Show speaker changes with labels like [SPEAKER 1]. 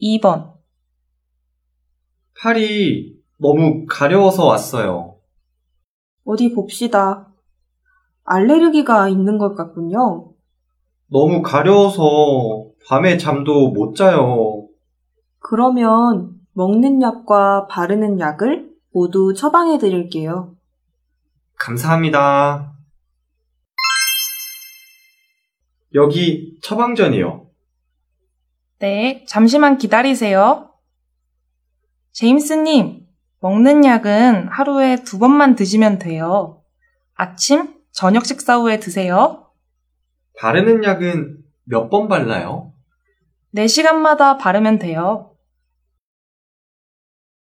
[SPEAKER 1] 2번,
[SPEAKER 2] 팔이 너무 가려워서 왔어요.
[SPEAKER 3] 어디 봅시다. 알레르기가 있는 것 같군요.
[SPEAKER 2] 너무 가려워서 밤에 잠도 못 자요.
[SPEAKER 3] 그러면 먹는 약과 바르는 약을 모두 처방해 드릴게요.
[SPEAKER 2] 감사합니다. 여기 처방전이요.
[SPEAKER 1] 네, 잠시만 기다리세요. 제임스님, 먹는 약은 하루에 두 번만 드시면 돼요. 아침, 저녁 식사 후에 드세요.
[SPEAKER 2] 바르는 약은 몇 번 발라요?
[SPEAKER 1] 4시간마다 바르면 돼요.